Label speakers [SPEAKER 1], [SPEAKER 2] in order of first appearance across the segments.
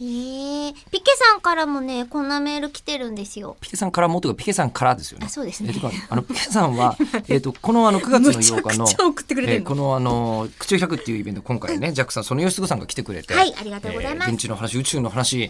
[SPEAKER 1] ええピケさんからもね、こんなメール来てるんですよ。
[SPEAKER 2] ピケさんからもというかピケさんからですよね
[SPEAKER 1] あ、。そうですね
[SPEAKER 2] え。てかあのピケさんはえっとこのあの9月の
[SPEAKER 3] むちゃ
[SPEAKER 2] 8
[SPEAKER 3] く
[SPEAKER 2] 日の
[SPEAKER 3] ちゃ送ってくれて
[SPEAKER 2] え
[SPEAKER 3] る
[SPEAKER 2] ーこのあの「口を開く」っていうイベント今回ねジャックさんその吉嗣さんが来てくれて
[SPEAKER 1] はいありがとうございます
[SPEAKER 2] えー現地の話宇宙の話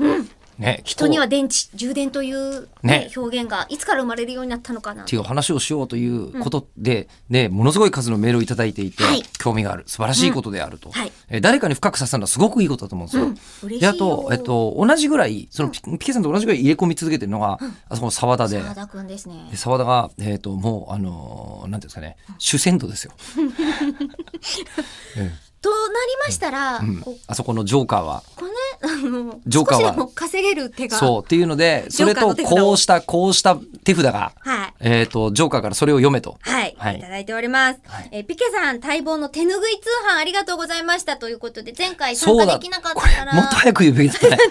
[SPEAKER 2] ね気
[SPEAKER 1] 人には
[SPEAKER 2] っ
[SPEAKER 1] 電池、充電という、ね
[SPEAKER 2] ね
[SPEAKER 1] 表現がいつから生まれるようになったのかな。
[SPEAKER 2] ていう話をしようということでねものすごい数のメールをいただいていて
[SPEAKER 1] はい
[SPEAKER 2] 興味がある素晴らしいことであると
[SPEAKER 1] はい
[SPEAKER 2] えー誰かに深く刺さるのはすごくいいことだと思うんですよ。
[SPEAKER 1] 嬉しい
[SPEAKER 2] で
[SPEAKER 1] よ。
[SPEAKER 2] あと、えっ、と、同じぐらいそのピピケさんと同じぐらい入れ込み続けてるのがあそこの沢田で。
[SPEAKER 1] 澤田くんですね
[SPEAKER 2] で。澤田が、えー、ともうあのーなんていうんですかね主戦度ですよ、え
[SPEAKER 1] となりましたら、
[SPEAKER 2] えうん
[SPEAKER 1] こ
[SPEAKER 2] あそこのジョーカーは
[SPEAKER 1] こね、あの、
[SPEAKER 2] ジョーカー
[SPEAKER 1] 少
[SPEAKER 2] は
[SPEAKER 1] しでも稼げる手が。
[SPEAKER 2] そうっていうので
[SPEAKER 1] ジ
[SPEAKER 2] そ
[SPEAKER 1] ョー
[SPEAKER 2] れ
[SPEAKER 1] カーの手
[SPEAKER 2] と
[SPEAKER 1] 札を
[SPEAKER 2] こうしたこうした手札が、
[SPEAKER 1] はい。
[SPEAKER 2] えー、とジョーカーからそれを読めと
[SPEAKER 1] はい、
[SPEAKER 2] はい
[SPEAKER 1] い、ただいております、
[SPEAKER 2] はい
[SPEAKER 1] えーピケさん待望の手ぬぐい通販ありがとうございましたということで前回参
[SPEAKER 2] そう
[SPEAKER 1] 加
[SPEAKER 2] だ
[SPEAKER 1] でき
[SPEAKER 2] これ
[SPEAKER 1] なかったから
[SPEAKER 2] もっと早く言うべきだ ったね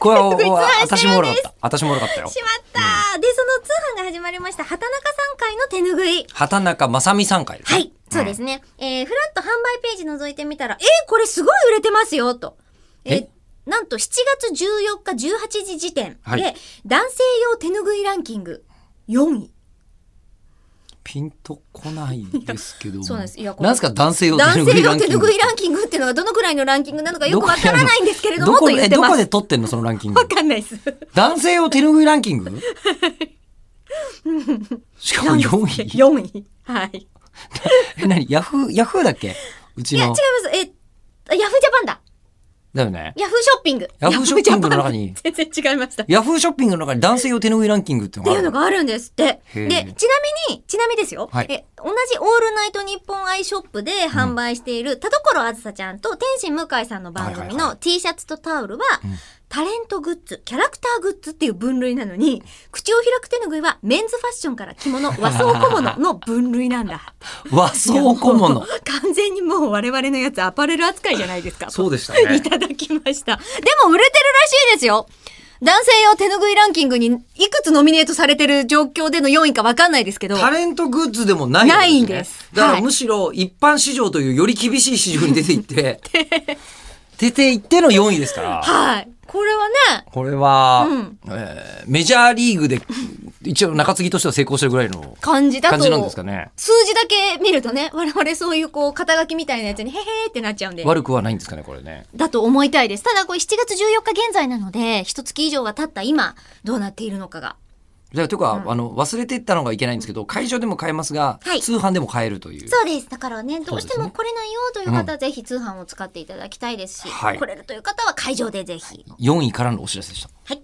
[SPEAKER 2] これはおお私もおろかった私もおろかったよ
[SPEAKER 1] しまった、でその通販が始まりました畑中さん会の手ぬぐい
[SPEAKER 2] 畑中正美さん会です
[SPEAKER 1] は
[SPEAKER 2] ね
[SPEAKER 1] い、そうですね、えーフラット販売ページ覗いてみたらえーこれすごい売れてますよとえー
[SPEAKER 2] え
[SPEAKER 1] なんと7月14日18時時点で、
[SPEAKER 2] はい
[SPEAKER 1] 男性用手ぬぐいランキング4位
[SPEAKER 2] ピンとこないですけども
[SPEAKER 1] そうなんですいやこれ
[SPEAKER 2] なんですか男性用手
[SPEAKER 1] 男
[SPEAKER 2] 拭
[SPEAKER 1] 性
[SPEAKER 2] いラ
[SPEAKER 1] 用
[SPEAKER 2] ンキ
[SPEAKER 1] 手
[SPEAKER 2] ング
[SPEAKER 1] ぬぐいランキングっていうのがどのくらいのランキングなのかよくわからないんですけれど
[SPEAKER 2] ど
[SPEAKER 1] もと
[SPEAKER 2] こで
[SPEAKER 1] 言っ
[SPEAKER 2] え
[SPEAKER 1] て
[SPEAKER 2] ど
[SPEAKER 1] ま
[SPEAKER 2] こ
[SPEAKER 1] す
[SPEAKER 2] で取ってんのそのランキング
[SPEAKER 1] わかんないです
[SPEAKER 2] 男性用手拭いランキン グしかも4位。
[SPEAKER 1] 4位。はい。い
[SPEAKER 2] え、なにヤフー、ヤフーだっけうち
[SPEAKER 1] や、違い
[SPEAKER 2] の
[SPEAKER 1] ま。す。え、ヤフージャパンだ。
[SPEAKER 2] だよね。
[SPEAKER 1] ヤフーショッピング。
[SPEAKER 2] ヤフーショッピングの中に
[SPEAKER 1] ヤフージャパン全然違いました。っ
[SPEAKER 2] ヤフーショッピングの中に男性用手拭いランキングっていう
[SPEAKER 1] て
[SPEAKER 2] の
[SPEAKER 1] い
[SPEAKER 2] があ
[SPEAKER 1] う
[SPEAKER 2] る
[SPEAKER 1] のがあるんですって。
[SPEAKER 2] へ
[SPEAKER 1] で、
[SPEAKER 2] ー
[SPEAKER 1] ちなみに、ちなみですよ。
[SPEAKER 2] はい
[SPEAKER 1] え同じオールナイトニッポンアイショップで販売している、田所あずさちゃんと天心向井さんの番
[SPEAKER 2] はい
[SPEAKER 1] 組
[SPEAKER 2] はいは
[SPEAKER 1] の T シャツとタオルは、
[SPEAKER 2] うん
[SPEAKER 1] タレントグッズ、キャラクターグッズっていう分類なのに、口を開く手拭いはメンズファッションから着物、和装小物の分類なんだ。
[SPEAKER 2] 和装小物。
[SPEAKER 1] 完全にもう我々のやつアパレル扱いじゃないですか。
[SPEAKER 2] そうでし た
[SPEAKER 1] い
[SPEAKER 2] ね。
[SPEAKER 1] ただきました。でも売れてるらしいですよ。男性用手ぬぐいランキングにいくつノミネートされてる状況での4位かわかんないですけど。
[SPEAKER 2] タレントグッズでもない
[SPEAKER 1] ないん
[SPEAKER 2] ね
[SPEAKER 1] です
[SPEAKER 2] だか
[SPEAKER 1] は
[SPEAKER 2] ら
[SPEAKER 1] い
[SPEAKER 2] むしろ一般市場というより厳しい市場に出てい って、出ていっての4位ですから。
[SPEAKER 1] はい。これはね、
[SPEAKER 2] これは、
[SPEAKER 1] うん
[SPEAKER 2] えーメジャーリーグで一応中継ぎとしては成功してるぐらいの
[SPEAKER 1] 感じだと。
[SPEAKER 2] 感じなんですかね。
[SPEAKER 1] 数字だけ見るとね、我々そういうこう、肩書きみたいなやつに、へへーってなっちゃうんで。
[SPEAKER 2] 悪くはないんですかね、これね。
[SPEAKER 1] だと思いたいです。ただこれ7月14日現在なので、一月以上が経った今、どうなっているのかが。
[SPEAKER 2] じゃあというか、あの忘れていったのがいけないんですけど会場でも買えますが、
[SPEAKER 1] はい
[SPEAKER 2] 通販でも買えるという
[SPEAKER 1] そうです。だからね、どうして
[SPEAKER 2] そうです
[SPEAKER 1] も
[SPEAKER 2] ね
[SPEAKER 1] 来れないよという方は、ぜひ通販を使っていただきたいですし、
[SPEAKER 2] はい
[SPEAKER 1] 来れるという方は会場でぜひ。
[SPEAKER 2] 4位からのお知らせでした。
[SPEAKER 1] はい。